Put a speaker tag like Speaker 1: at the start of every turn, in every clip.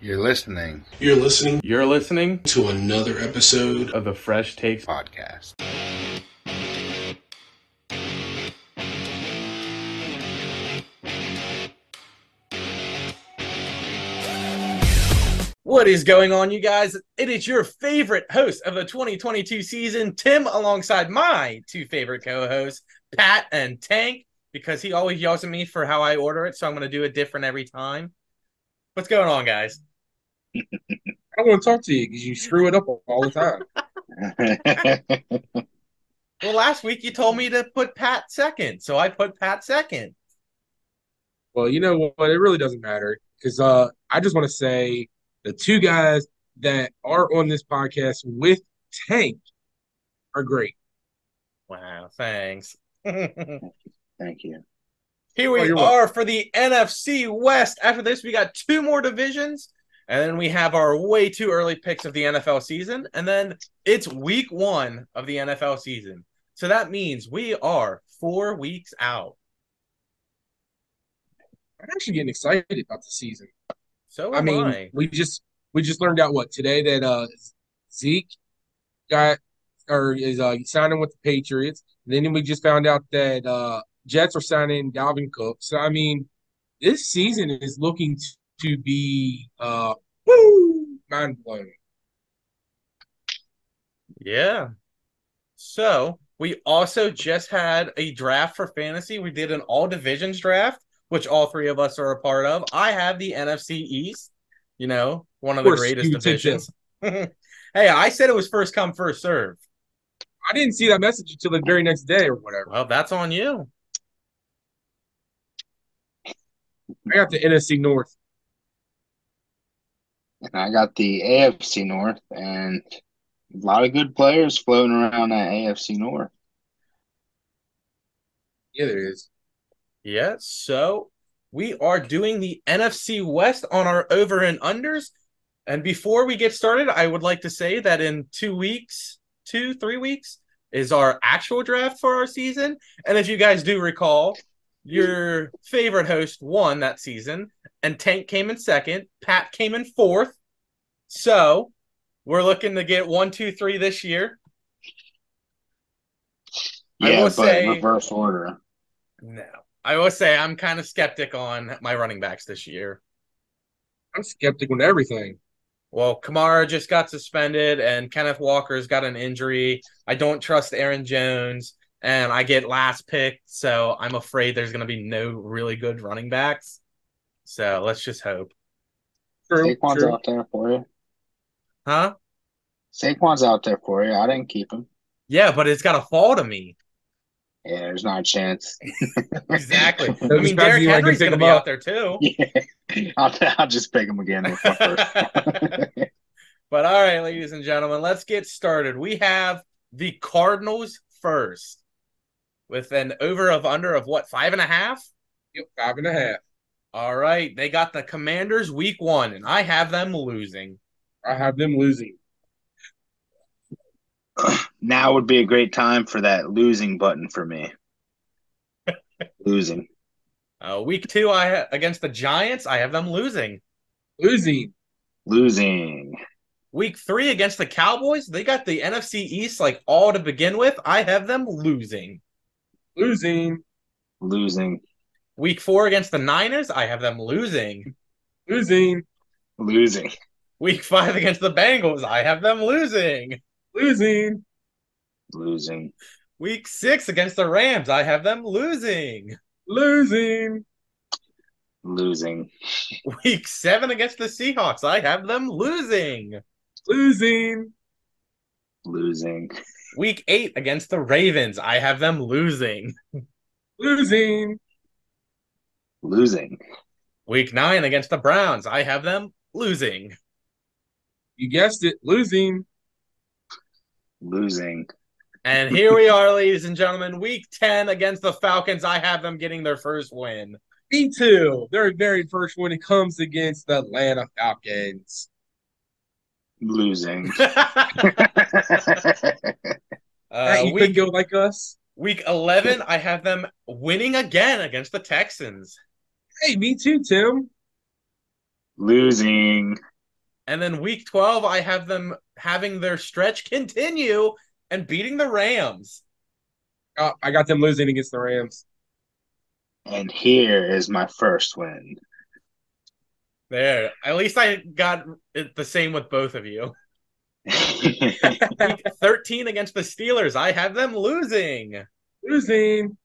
Speaker 1: You're listening
Speaker 2: You're listening
Speaker 3: You're listening
Speaker 2: to another episode.
Speaker 3: of the Fresh Takes.
Speaker 1: podcast.
Speaker 3: What is going on, you guys? It is your favorite host of the 2022 season, Tim, alongside my two favorite co hosts, Pat and Tank, because he always yells at me for how I order it. So I'm going to do it different every time. What's going on, guys?
Speaker 4: I want to talk to you because you screw it up all the time.
Speaker 3: Well, last week you told me to put Pat second. So I put Pat second.
Speaker 4: well, you know what? It really doesn't matter because uh, I just want to say the two guys that are on this podcast with Tank are great.
Speaker 3: Wow. Thanks.
Speaker 5: Thank you.
Speaker 3: Here
Speaker 4: Oh,
Speaker 3: we
Speaker 4: you're
Speaker 3: are for the NFC West. After this, we got two more divisions, and then we have our way too early picks of the NFL season. And then it's week one of the NFL season. So that means we are four weeks out.
Speaker 4: I'm actually getting excited about the season.
Speaker 3: So am
Speaker 4: I mean, we just we just learned out what today that uh, Zeke got or is uh, signing with the Patriots. Then we just found out that uh, Jets are signing Dalvin Cook. So I mean, this season is looking t- to be uh, woo, mind blowing.
Speaker 3: Yeah. So we also just had a draft for fantasy. We did an all divisions draft, which all three of us are a part of. I have the NFC East, you know, one of the
Speaker 4: course,
Speaker 3: greatest
Speaker 4: you did
Speaker 3: divisions. hey, I said it was first come, first serve.
Speaker 4: I didn't see that message until the very next day or whatever.
Speaker 3: Well, that's on you.
Speaker 4: I got the NFC North.
Speaker 5: And I got the AFC North and a lot of good players floating around that AFC North.
Speaker 4: Yeah, there is.
Speaker 3: Yeah. So we are doing the NFC West on our over and unders. And before we get started, I would like to say that in two weeks, two, three weeks, is our actual draft for our season. And if you guys do recall, your favorite host won that season, and Tank came in second, Pat came in fourth. So we're looking to get one, two, three this year. I
Speaker 5: Yeah,
Speaker 3: will
Speaker 5: but
Speaker 3: say-
Speaker 5: reverse order.
Speaker 3: No. I will say I'm kind of skeptic on my running backs this year.
Speaker 4: I'm skeptical to everything.
Speaker 3: Well, Kamara just got suspended, and Kenneth Walker's got an injury. I don't trust Aaron Jones, and I get last pick, so I'm afraid there's going to be no really good running backs. So let's just hope,
Speaker 4: True,
Speaker 5: Saquon's
Speaker 4: true.
Speaker 5: out there for you.
Speaker 3: huh?
Speaker 5: Saquon's out there for you. I didn't keep him.
Speaker 3: Yeah, but it's got to fall to me.
Speaker 5: Yeah, there's not a chance.
Speaker 3: Exactly. I
Speaker 4: Those
Speaker 3: mean,
Speaker 4: guys
Speaker 3: Derrick
Speaker 4: you like to
Speaker 3: Henry's
Speaker 4: pick
Speaker 3: going to
Speaker 4: them
Speaker 3: be
Speaker 4: up.
Speaker 3: out there too.
Speaker 5: Yeah. I'll, I'll just pick him again with my first.
Speaker 3: but all right, ladies and gentlemen, let's get started. We have the Cardinals first with an over of under of what five and a half.
Speaker 4: Yep, five and a half.
Speaker 3: All right, they got the Commanders week one, and I have them losing.
Speaker 4: I have them losing.
Speaker 5: now would be a great time for that losing button for me. losing.
Speaker 3: Uh, week two, I ha- against the Giants, I have them losing.
Speaker 4: Losing.
Speaker 5: Losing.
Speaker 3: Week three against the Cowboys, they got the NFC East like all to begin with. I have them losing.
Speaker 4: Losing.
Speaker 5: Losing.
Speaker 3: Week four against the Niners, I have them losing.
Speaker 4: Losing.
Speaker 5: Losing.
Speaker 3: Week five against the Bengals, I have them losing.
Speaker 4: Losing.
Speaker 5: Losing.
Speaker 3: Week six against the Rams, I have them losing.
Speaker 4: Losing.
Speaker 5: Losing.
Speaker 3: Week seven against the Seahawks, I have them losing.
Speaker 4: Losing.
Speaker 5: Losing.
Speaker 3: Week eight against the Ravens, I have them losing.
Speaker 4: Losing.
Speaker 5: Losing.
Speaker 3: Week nine against the Browns, I have them losing.
Speaker 4: You guessed it. Losing.
Speaker 5: Losing.
Speaker 3: And here we are, ladies and gentlemen, week 10 against the Falcons, I have them getting their first win.
Speaker 4: Me too. Their very first when it comes against the Atlanta Falcons.
Speaker 5: Losing.
Speaker 3: uh,
Speaker 4: Hey, you could
Speaker 3: week,
Speaker 4: go like us.
Speaker 3: week 11, I have them winning again against the Texans.
Speaker 4: Hey, me too, Tim.
Speaker 5: Losing.
Speaker 3: And then week 12, I have them having their stretch continue and beating the Rams.
Speaker 4: Uh, I got them losing against the Rams.
Speaker 5: And here is my first win.
Speaker 3: There. At least I got it the same with both of you. Week 13 against the Steelers, I have them losing.
Speaker 4: Losing.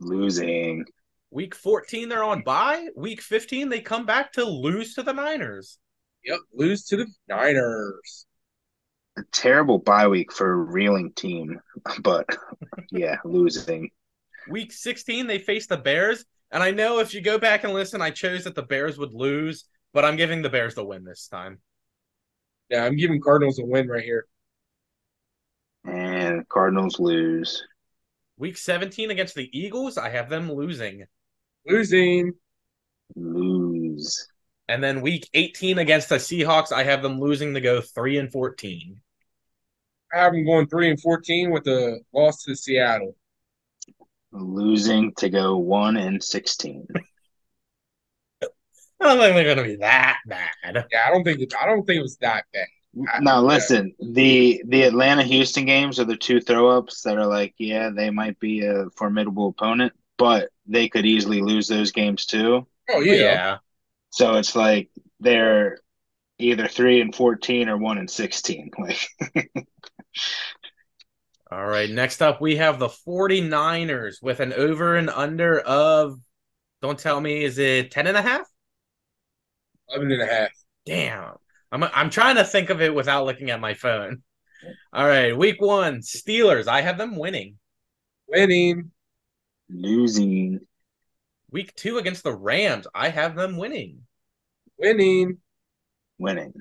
Speaker 5: Losing.
Speaker 3: Week 14, they're on bye. Week 15, they come back to lose to the Niners.
Speaker 4: Yep, lose to the Niners.
Speaker 5: A terrible bye week for a reeling team, but yeah, losing.
Speaker 3: Week 16, they face the Bears. And I know if you go back and listen, I chose that the Bears would lose, but I'm giving the Bears the win this time.
Speaker 4: Yeah, I'm giving Cardinals a win right here.
Speaker 5: And Cardinals lose.
Speaker 3: Week 17 against the Eagles, I have them losing.
Speaker 4: Losing.
Speaker 5: Lose.
Speaker 3: And then week 18 against the Seahawks, I have them losing to go 3 and 14.
Speaker 4: I have them going three and fourteen with a loss to Seattle.
Speaker 5: Losing to go one and sixteen.
Speaker 3: I don't think they're going to be that bad.
Speaker 4: Yeah, I don't think I don't think it was that bad. I-
Speaker 5: Now listen, the the Atlanta Houston games are the two throw ups that are like, yeah, they might be a formidable opponent, but they could easily lose those games too.
Speaker 4: Oh yeah,
Speaker 5: So it's like they're either three and fourteen or one and sixteen. Like
Speaker 3: All right. Next up, we have the 49ers with an over and under of, don't tell me, is it 10 and a half?
Speaker 4: eleven and a half.
Speaker 3: Damn. I'm, I'm trying to think of it without looking at my phone. All right. Week one, Steelers. I have them winning.
Speaker 4: Winning.
Speaker 5: losing,
Speaker 3: Week two against the Rams. I have them winning.
Speaker 4: Winning.
Speaker 5: winning,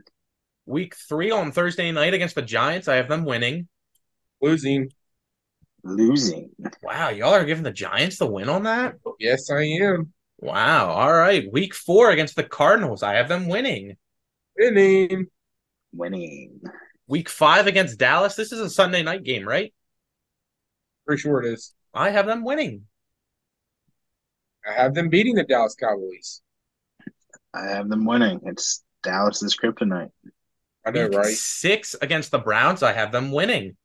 Speaker 3: Week three on Thursday night against the Giants. I have them winning.
Speaker 4: Losing.
Speaker 5: losing.
Speaker 3: Wow. Y'all are giving the Giants the win on that?
Speaker 4: Oh, Yes, I am.
Speaker 3: Wow. All right. Week four against the Cardinals. I have them winning.
Speaker 4: Winning.
Speaker 5: Winning.
Speaker 3: Week five against Dallas. This is a Sunday night game, right?
Speaker 4: Pretty sure it is.
Speaker 3: I have them winning.
Speaker 4: I have them beating the Dallas Cowboys.
Speaker 5: I have them winning. It's Dallas's kryptonite.
Speaker 4: I know,
Speaker 3: Week
Speaker 4: right?
Speaker 3: Six against the Browns. I have them winning.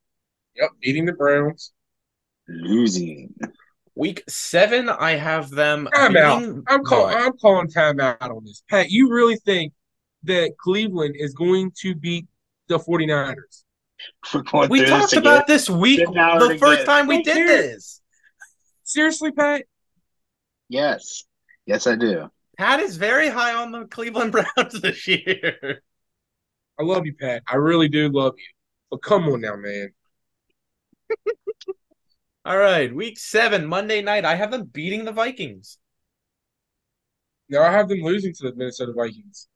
Speaker 4: Yep, beating the Browns.
Speaker 5: Losing.
Speaker 3: Week seven, I have them.
Speaker 4: Timeout.
Speaker 3: beating-
Speaker 4: I'm calling.
Speaker 3: What?
Speaker 4: I'm calling timeout on this. Pat, you really think that Cleveland is going to beat the 49ers?
Speaker 5: We're going
Speaker 3: We
Speaker 5: through this
Speaker 3: talked
Speaker 5: again.
Speaker 3: about this week,
Speaker 5: Didn't I already
Speaker 3: the first
Speaker 5: get-
Speaker 3: time we
Speaker 4: Don't
Speaker 3: did
Speaker 4: care.
Speaker 3: this.
Speaker 4: Seriously, Pat?
Speaker 5: Yes. Yes, I do.
Speaker 3: Pat is very high on the Cleveland Browns this year.
Speaker 4: I love you, Pat. I really do love you. But come on now, man.
Speaker 3: All right, week seven, Monday night, I have them beating the Vikings.
Speaker 4: Now I have them losing to the Minnesota Vikings.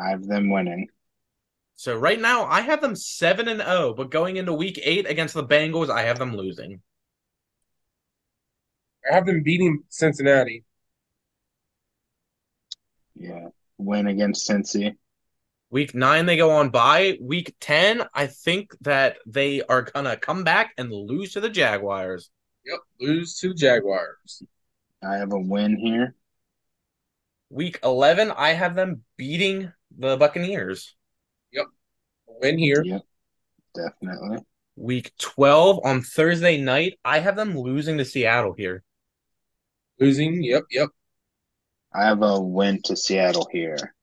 Speaker 5: I have them winning.
Speaker 3: So right now, I have them seven and zero, but going into week eight against the Bengals, I have them losing.
Speaker 4: I have them beating Cincinnati.
Speaker 5: Yeah. Win against Cincy.
Speaker 3: Week nine, they go on bye. Week 10, I think that they are going to come back and lose to the Jaguars.
Speaker 4: Yep, lose to the Jaguars.
Speaker 5: I have a win here.
Speaker 3: Week 11, I have them beating the Buccaneers.
Speaker 4: Win here.
Speaker 5: Yep. Definitely.
Speaker 3: Week 12, on Thursday night, I have them losing to Seattle here.
Speaker 4: Losing. Yep, yep.
Speaker 5: I have a win to Seattle here.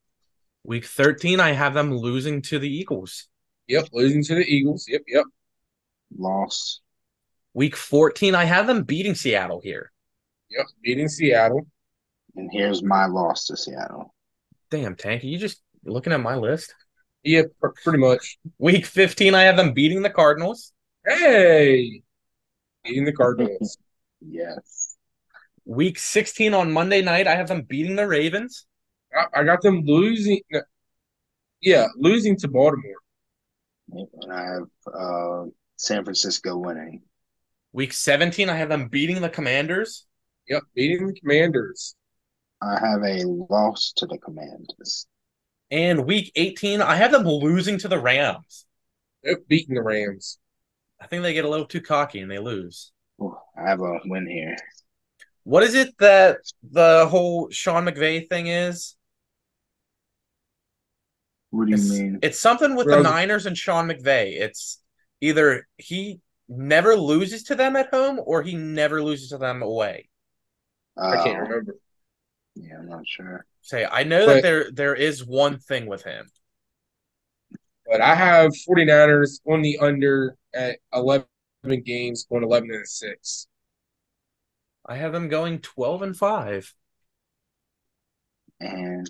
Speaker 3: Week 13, I have them losing to the Eagles.
Speaker 4: Yep, losing to the Eagles. Yep, yep.
Speaker 5: Loss.
Speaker 3: Week 14, I have them beating Seattle here.
Speaker 4: Yep, beating Seattle.
Speaker 5: And here's my loss to Seattle.
Speaker 3: Damn, Tank, are you just looking at my list?
Speaker 4: Yeah, pr- pretty much.
Speaker 3: Week 15, I have them beating the Cardinals.
Speaker 4: Hey, beating the Cardinals.
Speaker 5: Yes.
Speaker 3: Week 16, on Monday night, I have them beating the Ravens.
Speaker 4: I, I got them losing. No, yeah, losing to Baltimore.
Speaker 5: And I have uh, San Francisco winning.
Speaker 3: Week 17, I have them beating the Commanders.
Speaker 4: Yep, beating the Commanders.
Speaker 5: I have a loss to the Commanders.
Speaker 3: And week 18, I have them losing to the Rams.
Speaker 4: Yep, beating the Rams.
Speaker 3: I think they get a little too cocky and they lose.
Speaker 5: Ooh, I have a win here.
Speaker 3: What is it that the whole Sean McVay thing is?
Speaker 5: What do you
Speaker 3: It's,
Speaker 5: mean?
Speaker 3: it's something with
Speaker 4: Rosen.
Speaker 3: the Niners and Sean McVay. It's either he never loses to them at home or he never loses to them away.
Speaker 4: I can't
Speaker 5: Oh,
Speaker 4: remember.
Speaker 5: Yeah, I'm not sure.
Speaker 3: Say, I know
Speaker 4: Right.
Speaker 3: that there there is one thing with him.
Speaker 4: But I have 49ers on the under at 11 games, going 11 and 6.
Speaker 3: I have him going twelve and five.
Speaker 5: And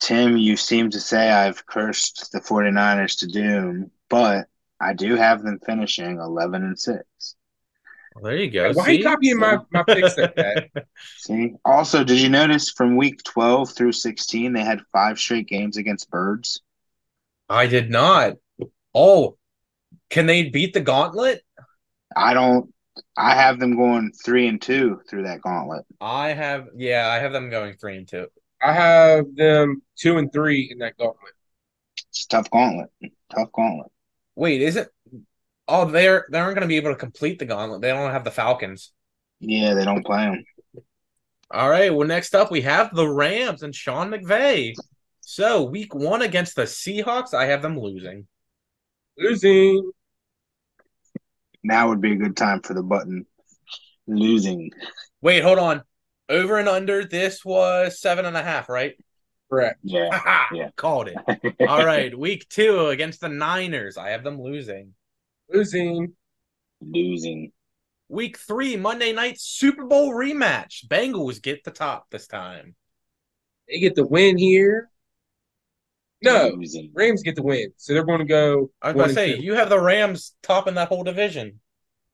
Speaker 5: Tim, you seem to say I've cursed the 49ers to doom, but I do have them finishing 11 and 6.
Speaker 3: Well, there you go.
Speaker 4: Why are you
Speaker 3: see?
Speaker 4: copying my, my picks like that?
Speaker 5: See? Also, did you notice from week 12 through 16, they had five straight games against birds?
Speaker 3: I did not. Oh, can they beat the gauntlet?
Speaker 5: I don't, I have them going 3 and 2 through that gauntlet.
Speaker 3: I have, yeah, I have them going three and two.
Speaker 4: I have them 2 and 3 in that gauntlet.
Speaker 5: It's a tough gauntlet. Tough gauntlet.
Speaker 3: Wait, is it? Oh, they're they aren't going to be able to complete the gauntlet. They don't have the Falcons.
Speaker 5: Yeah, they don't play them.
Speaker 3: All right. Well, next up we have the Rams and Sean McVay. So week one against the Seahawks, I have them losing.
Speaker 4: Losing.
Speaker 5: Now would be a good time for the button. Losing.
Speaker 3: Wait, hold on. Over and under. This was seven and a half, right?
Speaker 4: Correct.
Speaker 5: Yeah.
Speaker 3: Ha
Speaker 5: Yeah.
Speaker 3: Called it. All right. Week two against the Niners, I have them losing.
Speaker 4: Losing.
Speaker 5: Losing.
Speaker 3: Week three, Monday night Super Bowl rematch. Bengals get the top this time.
Speaker 4: They get the win here. No,
Speaker 5: Losing.
Speaker 4: Rams get the win. So they're going to go.
Speaker 3: Mm-hmm. I was
Speaker 4: one
Speaker 3: about to
Speaker 4: and
Speaker 3: say,
Speaker 4: two.
Speaker 3: you have the Rams topping that whole division.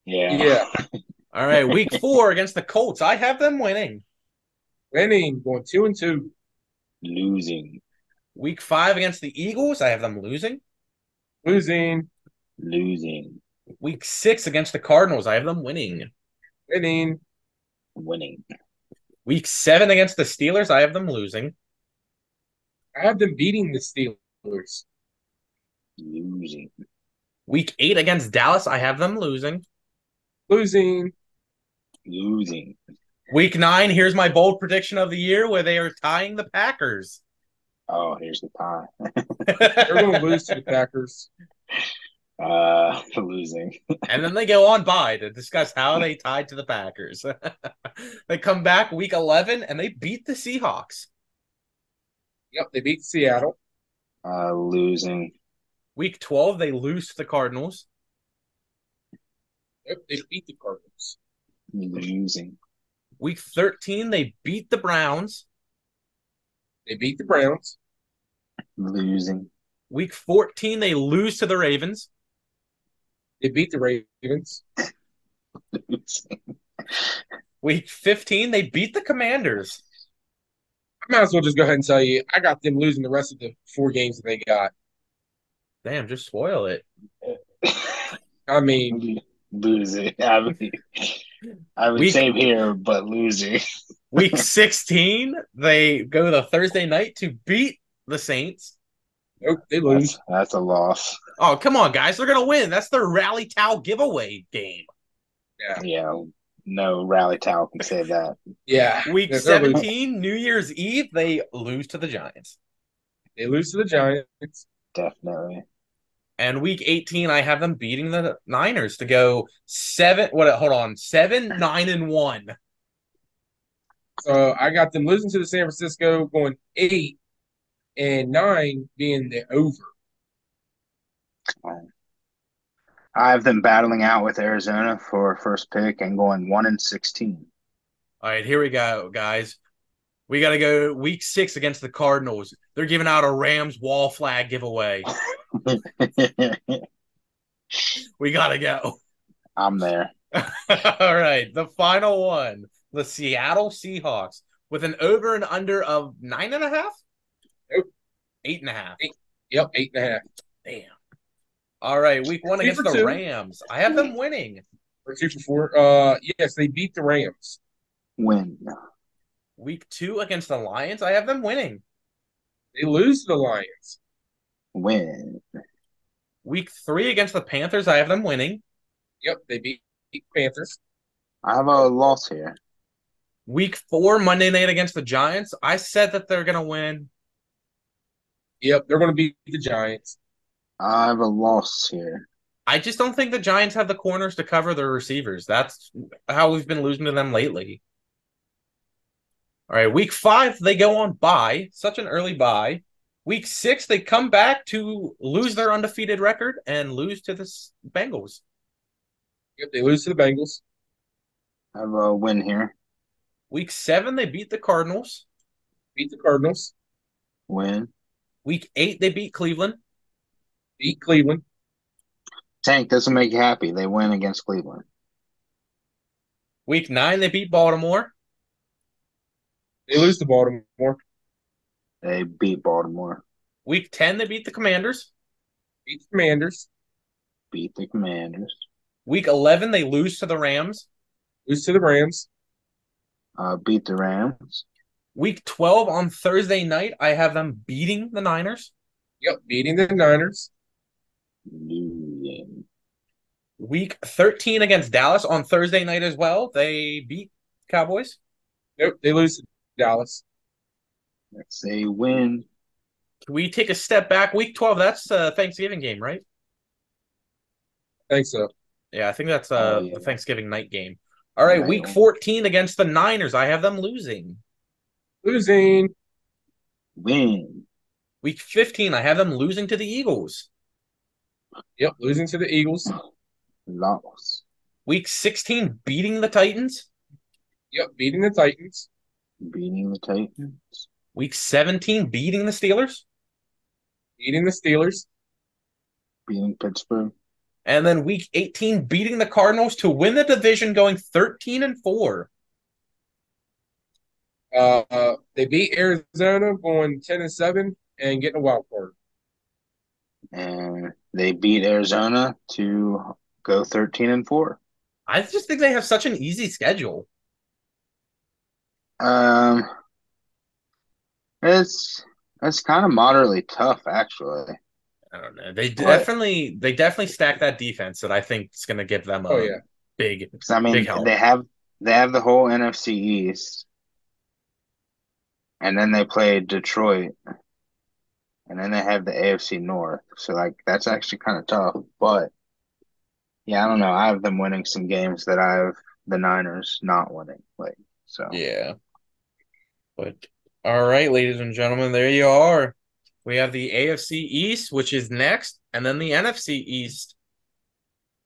Speaker 5: Yeah.
Speaker 4: yeah.
Speaker 3: All right, week four against the Colts. I have them winning.
Speaker 4: Winning, going 2 and 2.
Speaker 5: Losing.
Speaker 3: Week five against the Eagles. I have them losing.
Speaker 4: Losing.
Speaker 5: Losing.
Speaker 3: Week six against the Cardinals. I have them winning.
Speaker 4: Winning.
Speaker 5: Winning.
Speaker 3: Week seven against the Steelers. I have them losing.
Speaker 4: I have them beating the Steelers.
Speaker 5: Losing.
Speaker 3: Week eight against Dallas. I have them losing.
Speaker 4: Losing.
Speaker 5: Losing.
Speaker 3: Week nine. Here's my bold prediction of the year where they are tying the Packers.
Speaker 5: Oh, here's the tie.
Speaker 4: They're going to lose to the Packers.
Speaker 5: Uh, losing.
Speaker 3: And then they go on by to discuss how they tied to the Packers. they come back week 11 and they beat the Seahawks.
Speaker 4: Yep, they beat Seattle.
Speaker 5: Uh, losing.
Speaker 3: Week 12, they lose to the Cardinals.
Speaker 4: Yep, they beat the Cardinals.
Speaker 5: Losing.
Speaker 3: Week 13, they beat the Browns.
Speaker 4: They beat the Browns.
Speaker 5: Losing.
Speaker 3: Week 14, they lose to the Ravens.
Speaker 4: They beat the Ravens.
Speaker 5: Losing.
Speaker 3: Week 15, they beat the Commanders.
Speaker 4: I might as well just go ahead and tell you, I got them losing the rest of the four games that they got.
Speaker 3: Damn, just spoil it.
Speaker 4: I mean,
Speaker 5: losing. I would, I would
Speaker 3: We-
Speaker 5: save here, but losing.
Speaker 3: Week 16, they go to Thursday night to beat the Saints.
Speaker 4: nope, they lose.
Speaker 5: That's, that's a loss.
Speaker 3: Oh, come on, guys. They're going to win. That's their rally towel giveaway game.
Speaker 5: Yeah. No rally towel can save that.
Speaker 4: Yeah.
Speaker 3: Week
Speaker 4: Yeah, they're losing.
Speaker 3: 17, New Year's Eve, they lose to the Giants.
Speaker 4: They lose to the Giants.
Speaker 5: Definitely.
Speaker 3: And week 18, I have them beating the Niners to go seven. What? Hold on, seven, nine, and one.
Speaker 4: So Uh, I got them losing to the San Francisco, going eight and nine being the over.
Speaker 5: I have them battling out with Arizona for first pick and going one and sixteen.
Speaker 3: All right, here we go, guys. We got to go week six against the Cardinals. They're giving out a Rams wall flag giveaway. We got to go.
Speaker 5: I'm there.
Speaker 3: All right, the final one the Seattle Seahawks with an over and under of nine and a half,
Speaker 4: Nope.
Speaker 3: eight and a half.
Speaker 4: Yep, eight and a half.
Speaker 3: Damn. All right, week one
Speaker 4: Three
Speaker 3: against
Speaker 4: for
Speaker 3: the
Speaker 4: two.
Speaker 3: Rams. I have them winning.
Speaker 4: or two for four. Uh, yes, they beat the Rams.
Speaker 5: Win.
Speaker 3: Week two against the Lions. I have them winning.
Speaker 4: They lose to the Lions.
Speaker 5: Win.
Speaker 3: Week three against the Panthers. I have them winning.
Speaker 4: Yep, they beat the Panthers.
Speaker 5: I have a loss here.
Speaker 3: Week four, Monday night against the Giants. I said that they're going to win.
Speaker 4: Yep, they're going to beat the Giants.
Speaker 5: I have a loss here.
Speaker 3: I just don't think the Giants have the corners to cover their receivers. That's how we've been losing to them lately. All right, week five, they go on bye, such an early bye. Week six, they come back to lose their undefeated record and lose to the S- Bengals.
Speaker 4: Yep, they lose to the Bengals.
Speaker 5: I have a win here.
Speaker 3: Week seven, they beat the Cardinals.
Speaker 4: Beat the Cardinals.
Speaker 5: Win.
Speaker 3: Week eight, they beat Cleveland.
Speaker 4: Beat Cleveland.
Speaker 5: Tank doesn't make you happy. They win against Cleveland.
Speaker 3: Week nine, they beat Baltimore.
Speaker 4: They lose to Baltimore.
Speaker 5: They beat Baltimore.
Speaker 3: Week 10, they beat the Commanders.
Speaker 4: Beat the Commanders.
Speaker 5: Beat the Commanders.
Speaker 3: Week 11, they lose to the Rams.
Speaker 4: Lose to the Rams.
Speaker 5: Uh, beat the Rams.
Speaker 3: Week 12 on Thursday night, I have them beating the Niners.
Speaker 4: Yep, beating the Niners.
Speaker 5: Yeah.
Speaker 3: Week 13 against Dallas on Thursday night as well. They beat Cowboys.
Speaker 4: Nope, they lose to Dallas.
Speaker 5: That's a win.
Speaker 3: Can we take a step back? Week 12, that's uh, Thanksgiving game, right?
Speaker 4: Thanks, uh, so.
Speaker 3: Yeah, I think that's uh,
Speaker 5: Oh, yeah.
Speaker 3: the Thanksgiving night game. All right,
Speaker 5: Night
Speaker 3: week
Speaker 5: one.
Speaker 3: 14 against the Niners, I have them losing.
Speaker 4: Losing.
Speaker 5: Win.
Speaker 3: Week 15, I have them losing to the Eagles.
Speaker 4: Yep, losing to the Eagles.
Speaker 5: Loss.
Speaker 3: Week 16, beating the Titans.
Speaker 4: Yep, beating the Titans.
Speaker 5: Beating the Titans.
Speaker 3: Week 17, beating the Steelers.
Speaker 4: Beating the Steelers.
Speaker 5: Beating Pittsburgh.
Speaker 3: And then week 18, beating the Cardinals to win the division, going 13 and 4.
Speaker 4: Uh, uh, they beat Arizona, going ten and seven, and getting a wild card.
Speaker 5: And they beat Arizona to go 13 and 4.
Speaker 3: I just think they have such an easy schedule.
Speaker 5: Um, it's it's kind of moderately tough, actually.
Speaker 3: I don't know. They
Speaker 5: But-
Speaker 3: definitely they definitely stack that defense that I think is going to give them a
Speaker 4: Oh yeah,
Speaker 3: big
Speaker 5: 'Cause, I mean,
Speaker 3: Big help.
Speaker 5: they have they have the whole NFC East, and then they play Detroit, and then they have the AFC North. So like that's actually kind of tough. But yeah, I don't know. I have them winning some games that I have the Niners not winning. Like so,
Speaker 3: Yeah. But all right, ladies and gentlemen, there you are. We have the AFC East, which is next, and then the NFC East.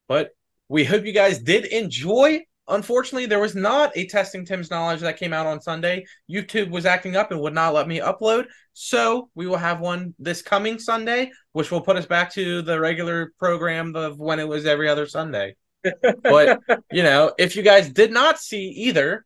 Speaker 3: But we hope you guys did enjoy. Unfortunately, there was not a testing Tim's knowledge that came out on Sunday. YouTube was acting up and would not let me upload. So we will have one this coming Sunday, which will put us back to the regular program of when it was every other Sunday. but, you know, if you guys did not see either,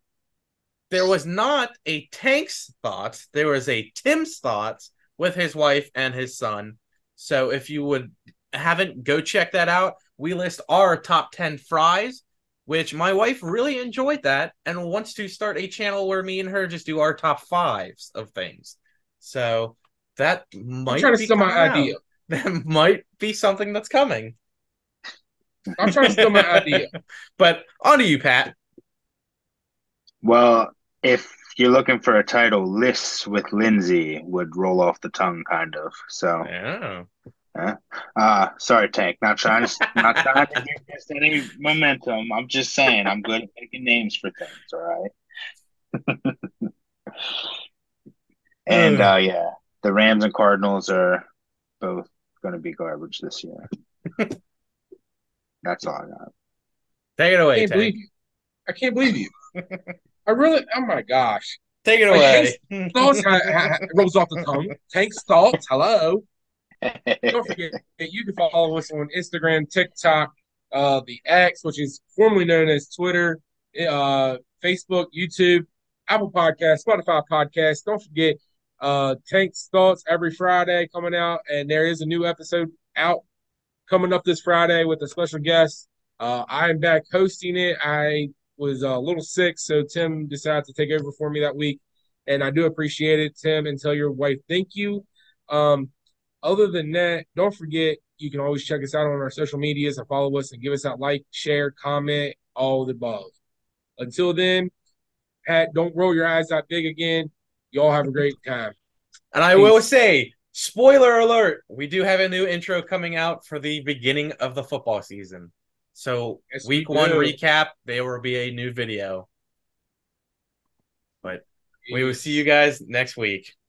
Speaker 3: there was not a Tank's thoughts. There was a Tim's thoughts with his wife and his son. So if you would haven't, go check that out. We list our top 10 fries, which my wife really enjoyed that and wants to start a channel where me and her just do our top fives of things. So that
Speaker 4: I'm
Speaker 3: might
Speaker 4: trying to
Speaker 3: be
Speaker 4: steal my
Speaker 3: coming out.
Speaker 4: idea.
Speaker 3: That might be something that's coming.
Speaker 4: I'm trying to steal my idea.
Speaker 3: But on to you, Pat.
Speaker 5: well, if you're looking for a title, lists with Lindsay would roll off the tongue, kind of. So.
Speaker 3: Yeah.
Speaker 5: Uh, sorry, Tank. Not trying to not trying to give this any momentum. I'm just saying I'm good at making names for things. All right. and uh, yeah, the Rams and Cardinals are both going to be garbage this year. That's all I got.
Speaker 3: Take it
Speaker 4: I
Speaker 3: away,
Speaker 4: can't
Speaker 3: Tank.
Speaker 4: believe you. I can't believe you. I really. Oh my gosh.
Speaker 3: Take it
Speaker 4: Like,
Speaker 3: away.
Speaker 4: Thoughts ha- ha- ha- rolls off the tongue. Tank's thoughts. Hello. Don't forget that you can follow us on Instagram, TikTok, uh, the X, which is formerly known as Twitter, uh, Facebook, YouTube, Apple Podcasts, Spotify Podcasts. Don't forget uh, Tank's Thoughts every Friday coming out, and there is a new episode out coming up this Friday with a special guest. Uh, I am back hosting it. I was uh, a little sick, so Tim decided to take over for me that week, and I do appreciate it, Tim. And tell your wife thank you. Um, other than that, don't forget you can always check us out on our social medias and follow us and give us that like, share, comment, all of the above. Until then, Pat, don't roll your eyes that big again. Y'all have a great time.
Speaker 3: And I will
Speaker 4: Peace.
Speaker 3: say, Spoiler alert! We do have a new intro coming out for the beginning of the football season. So
Speaker 4: Yes, we
Speaker 3: week one
Speaker 4: do.
Speaker 3: recap, there will be a new video. We will see you guys next week.